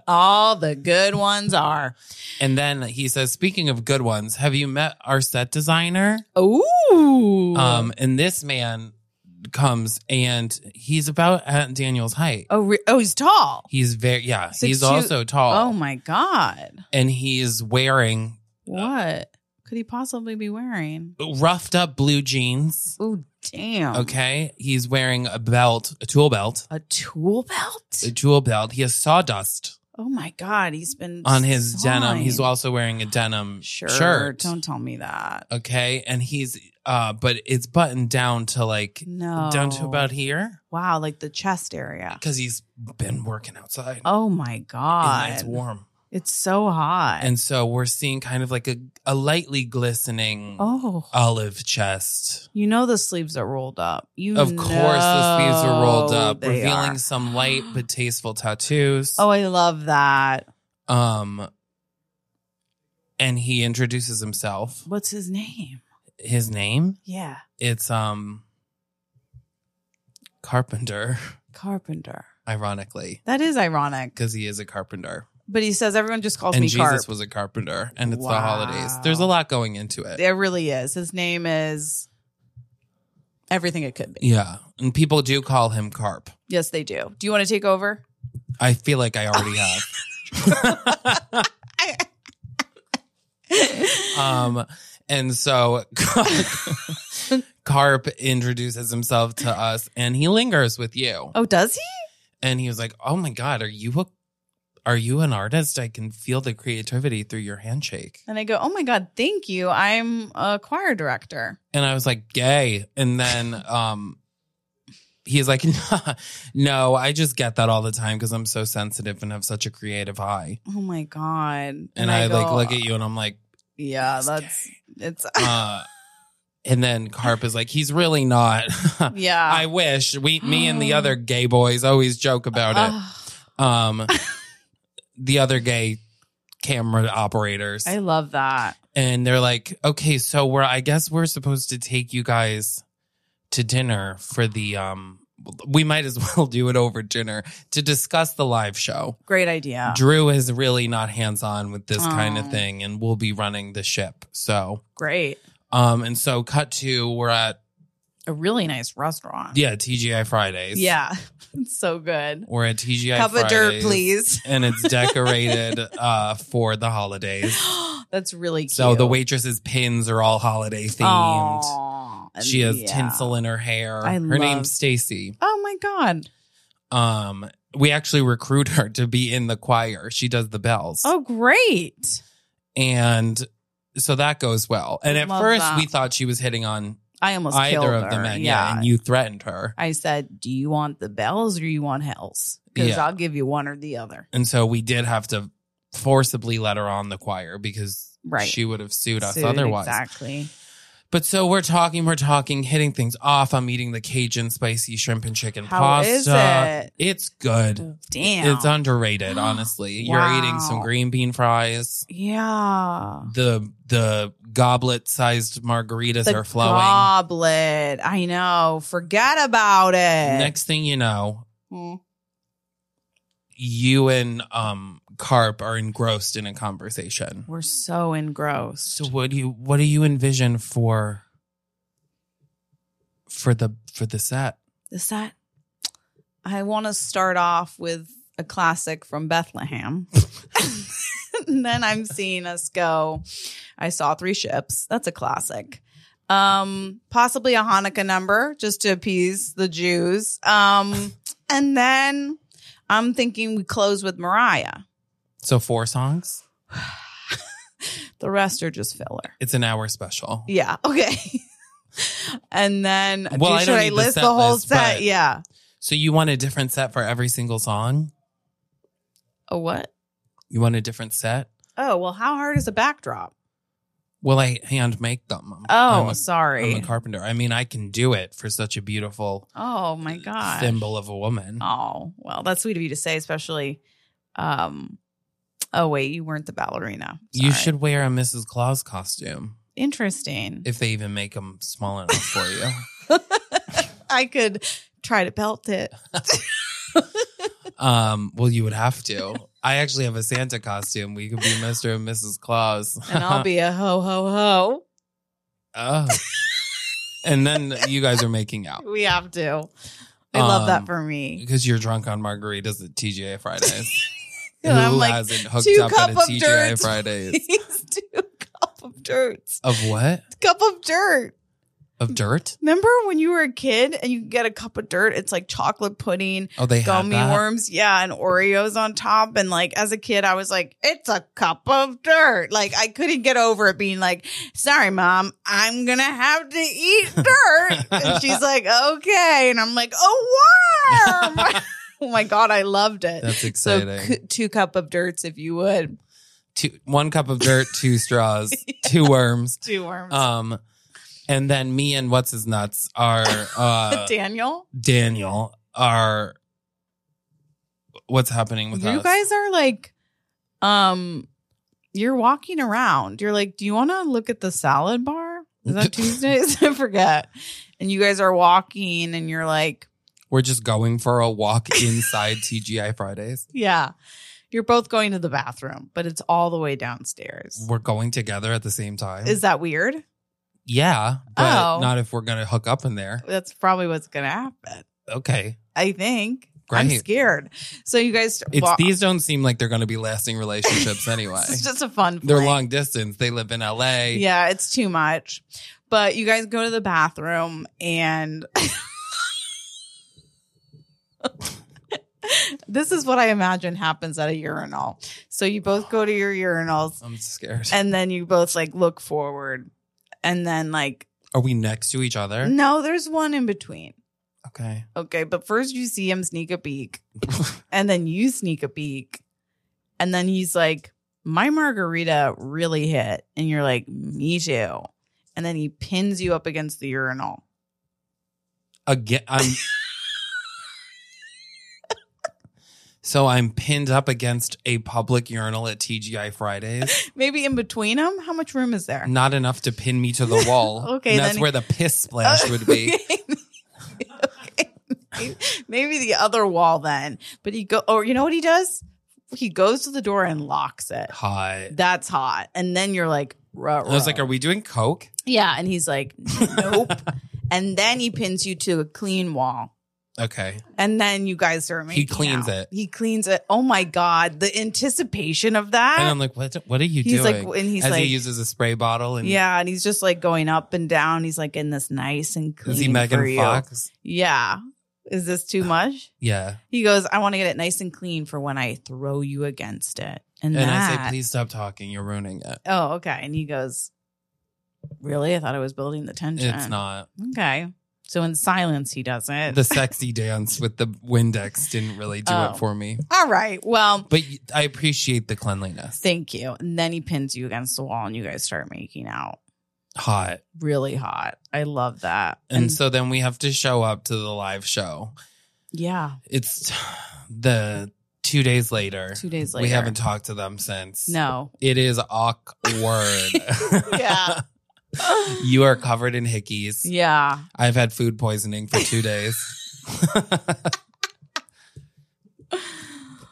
All the good ones are. And then he says, speaking of good ones, have you met our set designer? Ooh. Um, and this man comes and he's about Aunt Daniel's height. oh, re- oh, he's tall. He's very yeah. Six he's two- also tall. Oh my God. and he's wearing What could he possibly be wearing? roughed up blue jeans. Oh, damn. Okay, he's wearing a belt, a tool belt, A tool belt? a tool belt. He has sawdust Oh my God. He's been on his denim. sawing. He's also wearing a denim sure. shirt. Don't tell me that. Okay, and he's uh, but it's buttoned down to like No. down to about here Wow, like the chest area. because he's been working outside. Oh my God. and it's warm. It's so hot. And so we're seeing kind of like a, a lightly glistening oh, olive chest. you know the sleeves are rolled up. You Of course, the sleeves are rolled know up, they revealing are. some light but tasteful tattoos. Oh, I love that. Um, and he introduces himself. What's his name? His name Yeah, it's um Carpenter, Carpenter. ironically, That is ironic. because he is a carpenter, But he says everyone just calls and me Jesus Carp. was a carpenter, and it's the Wow. holidays. There's a lot going into it. there really is. His name is everything it could be. Yeah, and people do call him Carp. Yes, they do. Do you want to take over? I feel like I already have. um, and so Carp introduces himself to us and he lingers with you. Oh, does he? And he was like, Oh my God, are you a are you an artist? I can feel the creativity through your handshake. And I go, oh my God, thank you. I'm a choir director. And I was like, gay. And then um he's like, no, I just get that all the time because I'm so sensitive and have such a creative eye. Oh my God. And, And, I, like go, look at you and I'm like, Yeah, It's that's it's uh and then Carp is like, he's really not. yeah. I wish. We me and the other gay boys always joke about it. Ugh, Um the other gay camera operators. I love that. and they're like, "Okay, so we're I guess we're supposed to take you guys to dinner for the um we might as well do it over dinner to discuss the live show. Great idea. Drew is really not hands-on with this kind Oh. of thing and we'll be running the ship." So, Great. um and so cut to we're at A really nice restaurant. yeah, TGI Fridays. Yeah. It's so good. We're at TGI Cup Fridays. of dirt, please. And it's decorated uh for the holidays. that's really cute. So the waitress's pins are all holiday themed. Aw, She has yeah. tinsel in her hair. I her love- name's Stacy. Oh my God. Um, we actually recruit her to be in the choir. She does the bells, Oh, great. and so that goes well. And at Love first, that. we thought she was hitting on I almost killed either her. of the men. Yeah. and you threatened her, I said, "Do you want the bells or you want hells? Because Yeah. I'll give you one or the other." and so we did have to forcibly let her on the choir because Right. she would have sued us Suit, otherwise. exactly. But so we're talking, we're talking, hitting things off. I'm eating the Cajun spicy shrimp and chicken How pasta. is it? It's good. Damn. It's underrated, Wow. honestly. You're eating some green bean fries. yeah. The the goblet sized margaritas The are flowing. goblet. I know. Forget about it. Next thing you know, Mm. you and um Carp are engrossed in a conversation. We're so engrossed. So what do you what do you envision for for the for the set? Is that? I want to start off with a classic from Bethlehem. and then I'm seeing us go. I saw three ships. That's a classic. Um, possibly a Hanukkah number just to appease the Jews. Um, and then I'm thinking we close with Mariah. So four songs? The rest are just filler. It's an hour special. Yeah. Okay. and then Well, do- I don't should I need the list the, set whole list, set? but- Yeah. So you want a different set for every single song? A what? You want a different set? Oh, well, how hard is a backdrop? Well, I hand make them. I'm- Oh, I'm a sorry. I'm a carpenter. I mean, I can do it for such a beautiful oh my god. symbol of a woman. Oh well, that's sweet of you to say, especially. Um, oh wait, you weren't the ballerina. You Sorry. should wear a Mrs. Claus costume Interesting. if they even make them small enough for you. I could try to belt it. Um, well, you would have to. I actually have a Santa costume. We could be Mr. and Mrs. Claus. And I'll be a ho ho ho. oh. And then you guys are making out We have to. I love that Um, for me. because you're drunk on margaritas at TGI Fridays. Who And I'm like, hasn't hooked "Two up at a cup of TGI dirt." Fridays? please do cup of dirt. Of what? Cup of dirt. Of dirt? Remember when you were a kid and you could get a cup of dirt? It's like chocolate pudding Oh, they have gummy that. worms, yeah, and Oreos on top. And like as a kid, I was like, it's a cup of dirt. Like I couldn't get over it being like, sorry, mom, I'm gonna have to eat dirt. and she's like, okay. And I'm like, a worm. oh my god, I loved it. That's so exciting. c- two cup of dirts, if you would, two one cup of dirt, two straws, two worms. two worms. Um and then me and what's his nuts are uh Daniel, Daniel are what's happening with you us? guys are like, um. You're walking around. You're like, do you want to look at the salad bar? Is that Tuesdays? I forget. And you guys are walking and you're like, We're just going for a walk inside TGI Fridays. yeah, you're both going to the bathroom, but it's all the way downstairs. We're going together at the same time. Is that weird? yeah, but Oh. not if we're gonna hook up in there. That's probably what's going to happen, Okay. I think. I'm Great. scared. So you guys, It's well, these don't seem like they're going to be lasting relationships anyway. This is just a fun. they're prank. long distance. They live in LA. Yeah, it's too much. But you guys go to the bathroom and this is what I imagine happens at a urinal. So you both go to your urinals I'm scared. and then you both like look forward and then like Are we next to each other? no, there's one in between. Okay. Okay, but first you see him sneak a peek and then you sneak a peek and then he's like my margarita really hit and you're like me too and then he pins you up against the urinal Again, I'm. so I'm pinned up against a public urinal at TGI Fridays. maybe in between them how much room is there Not enough to pin me to the wall. Okay, And that's then- where the piss splash would be. Okay. Maybe- maybe the other wall then but he go or you know what he does he goes to the door and locks it Hot. that's hot and then you're like ruh, I was like, "Are we doing coke?" yeah and he's like nope and then he pins you to a clean wall Okay. And then you guys are making cleans out. it. He cleans it. Oh my god, the anticipation of that. And I'm like, "What? What are you Ah, he's doing?" like, and he's As like, he uses a spray bottle and yeah, and he's just like going up and down. He's like in this nice and clean. is he for Megan you. Fox? Yeah. Is this too much? Yeah. He goes, I want to get it nice and clean for when I throw you against it. And, And that, I say, "Please stop talking. You're ruining it." Oh, okay. And he goes, Really? I thought I was building the tension. It's not Okay. So in silence, he does it. the sexy dance with the Windex didn't really do Oh. it for me. All right. Well, But y- I appreciate the cleanliness. Thank you. And then he pins you against the wall and you guys start making out. Hot. Really hot. I love that. And so then we have to show up to the live show. yeah, It's the two days later. two days later. We haven't talked to them since. No. It is awkward. Yeah. You are covered in hickeys. yeah. I've had food poisoning for two days.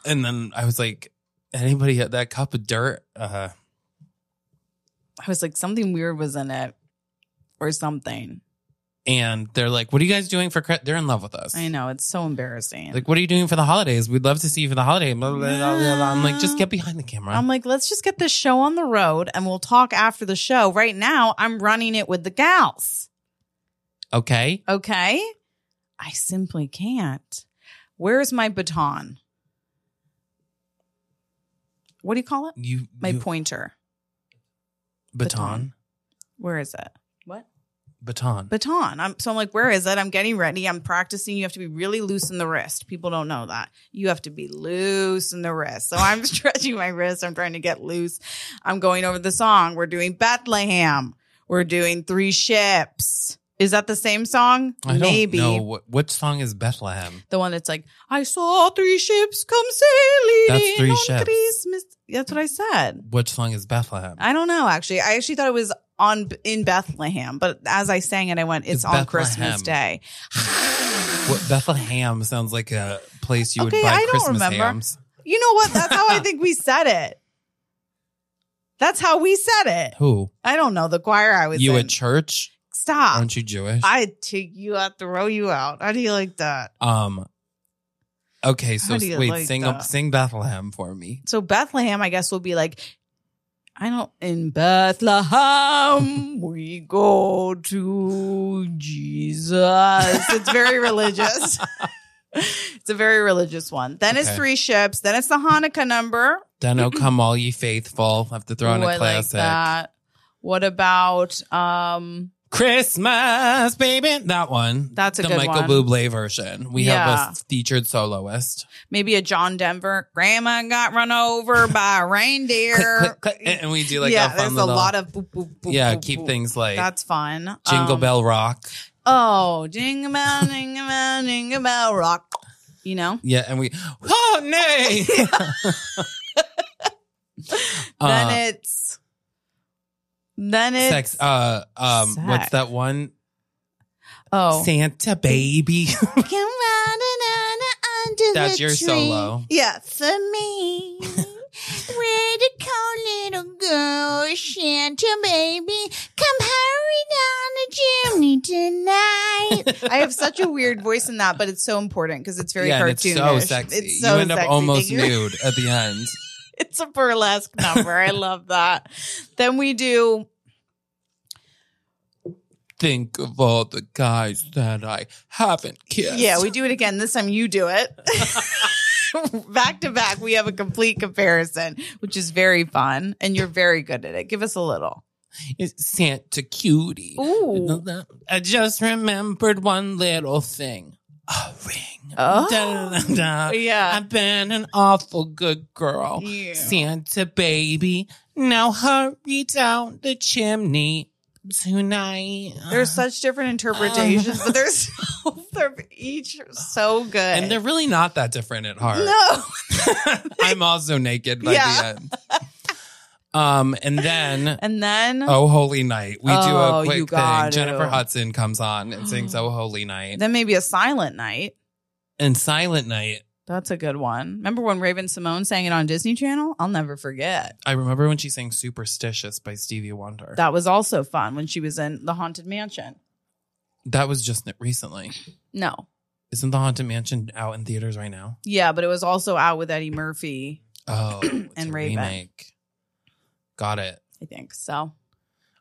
and then I was like, anybody had that cup of dirt? Uh, I was like, something weird was in it or something. and they're like, what are you guys doing for Christmas? They're in love with us. I know. It's so embarrassing. Like, what are you doing for the holidays? We'd love to see you for the holiday. Blah, blah, blah, blah, blah. I'm like, just get behind the camera. I'm like, let's just get this show on the road and we'll talk after the show. Right now, I'm running it with the gals. okay. Okay. I simply can't. Where's my baton? What do you call it? You, My you- pointer. baton, Where is it? What? baton. Baton. I'm, so I'm like, where is it? I'm getting ready. I'm practicing. You have to be really loose in the wrist. People don't know that. You have to be loose in the wrist. So I'm stretching my wrist. I'm trying to get loose. I'm going over the song. We're doing Bethlehem. We're doing Three Ships. Is that the same song? I don't Maybe. know what, what song is Bethlehem. The one that's like, I saw three ships come sailing That's in Three on Ships. Christmas. That's what I said. Which song is Bethlehem? I don't know. Actually, I actually thought it was on in Bethlehem, but as I sang it, I went, "It's, It's on Christmas Day." Bethlehem. what, Bethlehem sounds like a place you would Okay, buy I don't Christmas remember. hams. You know what? That's how I think we said it. That's how we said it. Who? I don't know the choir I was You in. at church? Stop! Aren't you Jewish? "Ah, I take you out, throw you out. How do you like that? um. Okay, so How do you wait, like sing that? sing Bethlehem for me. So Bethlehem, I guess, will be like, I don't. In Bethlehem, we go to Jesus. It's very religious. it's a very religious one. Then it's Okay. three ships. Then it's the Hanukkah number. Then oh come all ye faithful. I have to throw in Ooh, a I like classic. that. What about um? Christmas, baby. That one. That's a the good Michael one. Bublé version. We have Yeah. a featured soloist. maybe a John Denver. Grandma got run over by a reindeer. Click, click, click, and and we do like yeah, a fun there's little, a lot of boop, boop, boop, yeah. boop, keep boop. things like That's fun. Jingle Um, Bell Rock. Oh, jingle bell, jingle bell, jingle bell rock. You know. Yeah, and we oh nay. then Uh, it's. Then it's sex. Uh, um, what's Sex. that one? oh. Santa baby. Come running under That's the your tree. solo. Yeah, for me. Where to cold little girl, Santa baby, come hurry down the chimney tonight. I have such a weird voice in that, but it's so important because it's very yeah, and it's cartoonish. so sexy. It's so you end sexy up almost that you- nude at the end. It's a burlesque number. I love that. Then we do Think of all the guys that I haven't kissed. Yeah, we do it again. This time you do it. back to back, we have a complete comparison, which is very fun. And you're very good at it. Give us a little. It's Santa Cutie. Ooh. I just remembered one little thing. A ring. Oh. Da, da, da, da. Yeah. I've been an awful good girl. Yeah. Santa baby. Now hurry down the chimney tonight. There's such different interpretations, but they're, so, they're each so good. and they're really not that different at heart. no. I'm also naked by Yeah. the end. Um, and then And then Oh Holy Night. We do Oh, a you quick gotta. thing. Jennifer Hudson comes on and sings Oh Holy Night. then maybe a silent night. And Silent Night. That's a good one. Remember when Raven Simone sang it on Disney Channel? I'll never forget. I remember when she sang Superstitious by Stevie Wonder. That, That was also fun when she was in the Haunted Mansion. was just recently. No. Isn't The Haunted Mansion out in theaters right now? Yeah, but it was also out with Eddie Murphy, Oh, it's And a Raven. remake. Got it. I think. So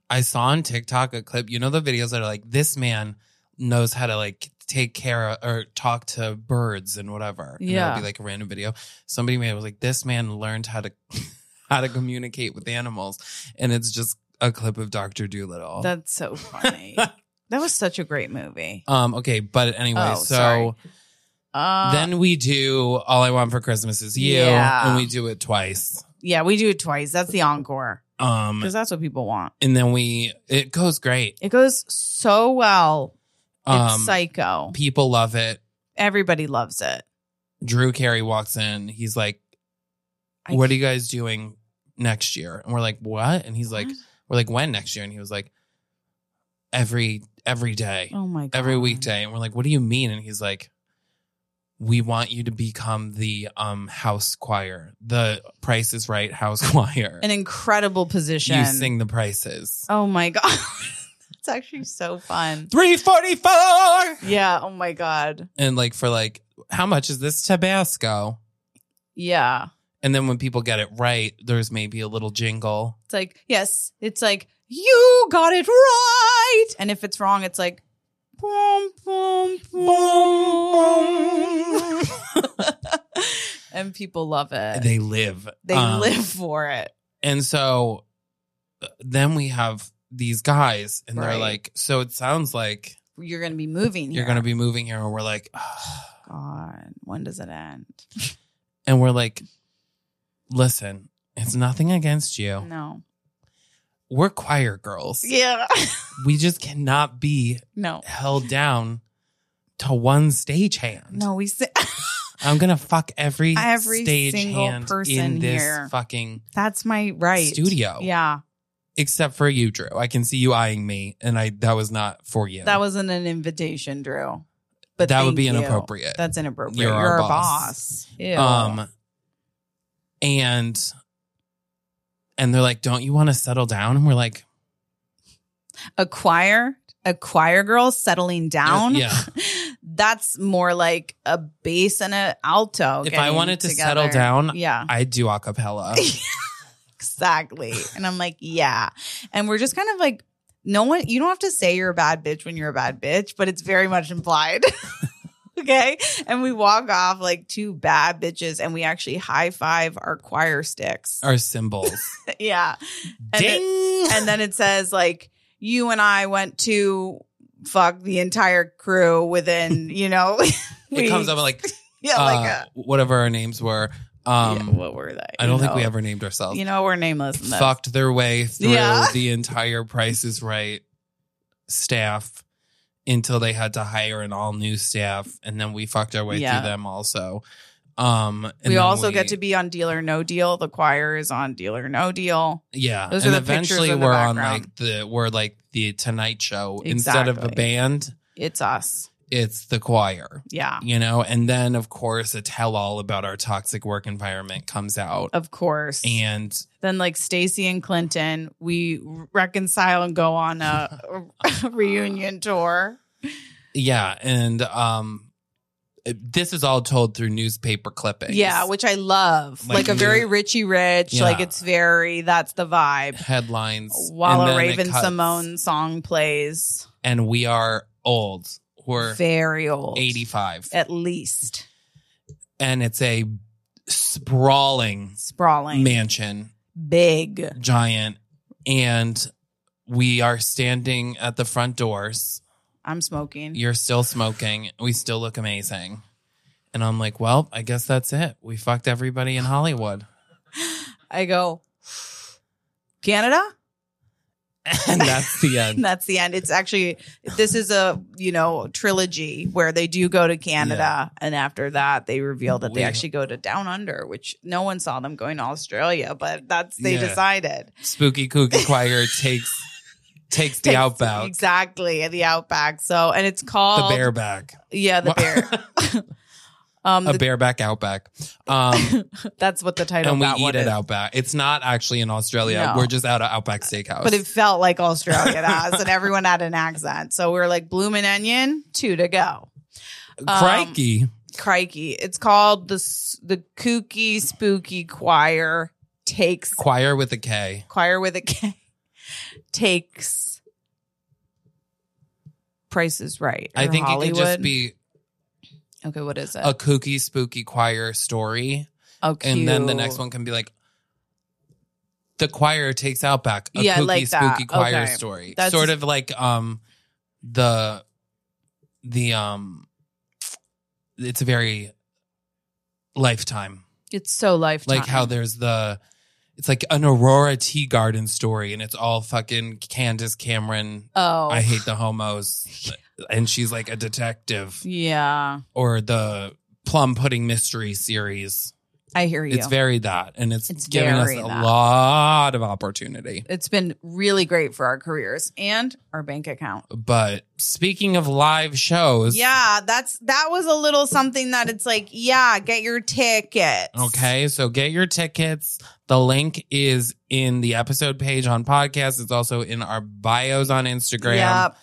I saw on TikTok a clip. You know the videos that are like this man knows how to like take care of or talk to birds and whatever. And Yeah. it'll be like a random video. Somebody made it was like this man learned how to how to communicate with animals, and it's just a clip of Doctor Doolittle. That's so funny. that was such a great movie. um. Okay, but anyway, Oh, so sorry. Uh, then we do all I want for Christmas is you, Yeah. and we do it twice. yeah, we do it twice. That's the encore Um, because that's what people want. and then we it goes great. It goes so well. It's Um, psycho. people love it. Everybody loves it. Drew Carey walks in. He's like, I- "What are you guys doing next year?" And we're like, "What?" And he's like, "We're like, when next year?" And he was like, "Every every day, Oh my god. every weekday." And we're like, "What do you mean?" And he's like, "We want you to become the um house choir, the Price is Right house choir. An incredible position. you sing the prices." Oh my god. It's actually so fun. Three forty four, Yeah, oh my god. and like for like, how much is this Tabasco? Yeah. And then when people get it right, there's maybe a little jingle. It's like, yes, it's like you got it right. And if it's wrong, it's like boom boom boom. and people love it. they live. Uh, They Um, live for it. And so uh, then we have these guys, and Right. they're like, so it sounds like You're going to be moving. you're going to be moving here. And we're like, God, when does it end? and we're like, listen, it's nothing against you. No. We're choir girls. Yeah. We just cannot be No. held down to one stagehand. No, we say I'm going to fuck every, Every stage single hand person in this here. fucking that's my right. studio. Yeah. Except for you, Drew. I can see you eyeing me, and I that was not for you. That wasn't an invitation, Drew. But that would thank be you. inappropriate. That's inappropriate. You're, You're our our, boss. boss. Ew. um and and they're like, "Don't you want to settle down?" And we're like, a choir, a choir girl settling down. Yeah. That's more like a bass and an alto. "If I getting wanted to together. settle down, Yeah, I'd do a cappella." exactly. and I'm like, yeah. And we're just kind of like, no one, you don't have to say you're a bad bitch when you're a bad bitch, but it's very much implied. okay. And we walk off like two bad bitches and we actually high five our choir sticks. Our symbols. yeah. And it- Ding. and then it says like you and I went to fuck the entire crew within you know it comes up weeks. like, yeah uh, like a, whatever our names were. yeah, Um what were they I don't You think we know. ever named ourselves. you know we're nameless in this. Fucked their way through Yeah. the entire Price is Right staff until they had to hire an all new staff, and then we fucked our way Yeah. through them also. Um, and we then also we- get to be on Deal or No Deal. The choir is on Deal or No Deal. Yeah. Those and are the pictures eventually in the we're on background. like the we're like the Tonight Show. Instead of a Exactly. band, It's us. it's the choir. Yeah, You know, and then of course a tell all about our toxic work environment comes out. of course. And then like Stacy and Clinton, we reconcile and go on a, a reunion tour. Yeah, and um, it- this is all told through newspaper clippings. Yeah, which I love. Like Like, a you- very Richie Rich. Yeah. Like it's very that's the vibe. headlines While and a then it Raven cuts, Simone song plays, and we are old. We're very old, eighty-five, at least and it's a sprawling sprawling, mansion, big. giant, and we are standing at the front doors. I'm smoking. You're still smoking. We still look amazing. And I'm like, well, I guess that's it. We fucked everybody in Hollywood. I go Canada. And that's the And end. that's the end. It's actually this is a you know trilogy where they do go to Canada, and after that they reveal that they We- actually go to Down Under, which no one saw them going to Australia, but that's they Yeah. decided Spooky Kooky Choir takes takes the Takes- outback, exactly the Outback. So and it's the called bareback, Yeah, the bear. um, a the- bareback outback. Um, that's what the title. and of we that eat one at is. outback. It's not actually in Australia. No. We're just out of Outback Steakhouse. But it felt like Australia to us, and everyone had an accent. So we were like, "Bloomin' Onion, two to go." um, Crikey, Crikey! It's called the s- the Kooky Spooky Choir takes choir with a K. choir with a K takes Price is Right. I or think Hollywood. it could just be okay. What is it? a kooky, spooky choir story. oh, and then the cute. next one can be like the choir takes out back a Yeah, I kooky like that. spooky choir Okay. story That's- sort of like um the the um it's a very lifetime It's so lifetime. like how there's the it's like an aurora tea garden story and it's all fucking candace cameron oh i hate the homos and she's like a detective yeah. or the plum pudding mystery series I hear you. it's very that, and it's, It's giving us very a that. lot of opportunity. it's been really great for our careers and our bank account. But speaking of live shows, Yeah, that's that was a little something that it's like, yeah, get your tickets. Okay, so get your tickets. The link is in the episode page on podcast. It's also in our bios on Instagram. Yep.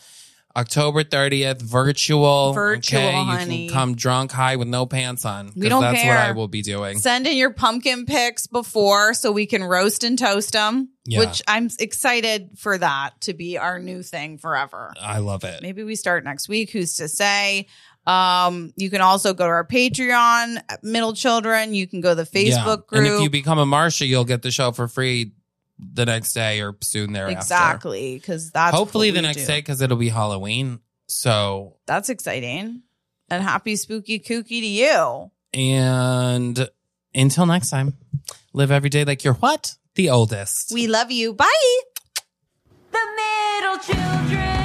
October 30th, virtual. Virtual, okay? You honey. can come drunk, high, with no pants on. 'cause don't That's what I care. will be doing. Send in your pumpkin pics before so we can roast and toast them, Yeah. which I'm excited for that to be our new thing forever. I love it. Maybe we start next week. Who's to say? Um, you can also go to our Patreon, uh, Middle Children. You can go to the Facebook Yeah. group. And if you become a Marsha, you'll get the show for free the next day or soon thereafter. exactly, because that's what Hopefully the we next do. day because it'll be Halloween. So That's exciting. And happy spooky kooky to you. and until next time, live every day like you're what the oldest. We love you. Bye. The middle children.